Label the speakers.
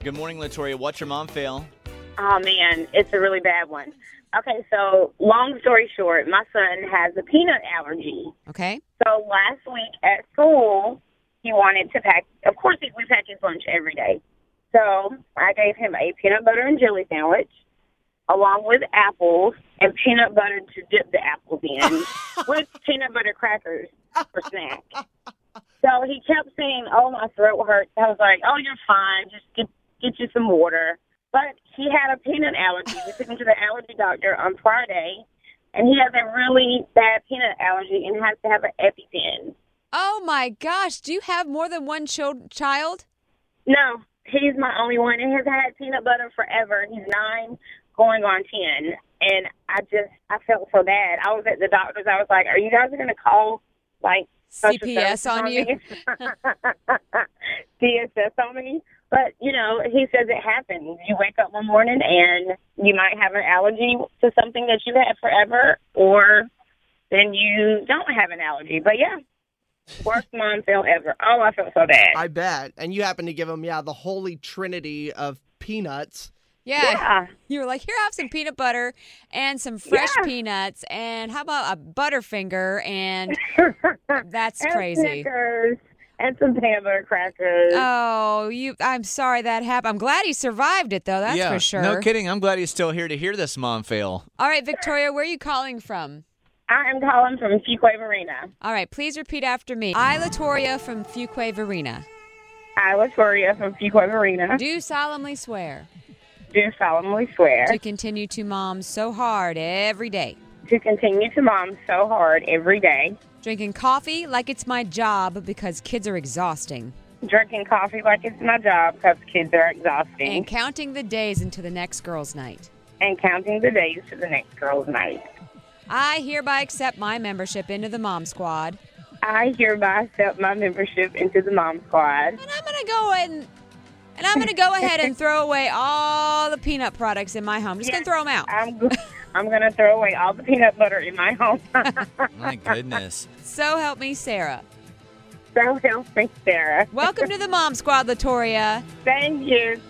Speaker 1: Good morning, Latoria. What's your mom fail?
Speaker 2: Oh man, it's a really bad one. Okay, so long story short, my son has a peanut allergy.
Speaker 3: Okay.
Speaker 2: So last week at school, he wanted to pack. Of course, he- we pack his lunch every day. So I gave him a peanut butter and jelly sandwich, along with apples and peanut butter to dip the apples in, with peanut butter crackers for snack. So he kept saying, "Oh, my throat hurts." I was like, "Oh, you're fine. Just get get you some water." But he had a peanut allergy. We took him to the allergy doctor on Friday, and he has a really bad peanut allergy and has to have an EpiPen.
Speaker 3: Oh my gosh, do you have more than one cho- child?
Speaker 2: No, he's my only one, and has had peanut butter forever. He's nine, going on ten, and I just I felt so bad. I was at the doctor's. I was like, "Are you guys going to call like social
Speaker 3: CPS
Speaker 2: services
Speaker 3: on you.
Speaker 2: me?" DSS on me?" But you know, he says it happens. You wake up one morning and you might have an allergy to something that you had forever, or then you don't have an allergy. But yeah, worst mom fail ever. Oh, I felt so bad.
Speaker 4: I bet. And you happen to give him, yeah, the holy trinity of peanuts.
Speaker 3: Yeah. You were like, here, have some peanut butter and some fresh peanuts, and how about a Butterfinger? And that's
Speaker 2: and
Speaker 3: crazy.
Speaker 2: Snickers and some hamburger crackers.
Speaker 3: Oh, you! I'm sorry that happened. I'm glad he survived it, though. That's
Speaker 1: yeah,
Speaker 3: for sure.
Speaker 1: No kidding. I'm glad he's still here to hear this mom fail.
Speaker 3: All right, Victoria, where are you calling from?
Speaker 2: I am calling from Fuquay Marina.
Speaker 3: All right, please repeat after me. I, Latoria from Fuquay Varina,
Speaker 2: I, Latoria from Fuquay Marina,
Speaker 3: do solemnly swear
Speaker 2: do solemnly swear
Speaker 3: to continue to mom so hard every day,
Speaker 2: to continue to mom so hard every day,
Speaker 3: drinking coffee like it's my job because kids are exhausting,
Speaker 2: drinking coffee like it's my job because kids are exhausting,
Speaker 3: and counting the days until the next girls' night.
Speaker 2: and counting the days to the next girl's night.
Speaker 3: I hereby accept my membership into the mom squad,
Speaker 2: I hereby accept my membership into the Mom Squad.
Speaker 3: and I'm gonna go and and I'm gonna go ahead and throw away all the peanut products in my home. Just gonna throw them out.
Speaker 2: I'm go- I'm gonna throw away all the peanut butter in my home.
Speaker 1: My goodness.
Speaker 3: So help me, Sarah.
Speaker 2: so help me, Sarah.
Speaker 3: Welcome to the mom squad, Latoria.
Speaker 2: Thank you.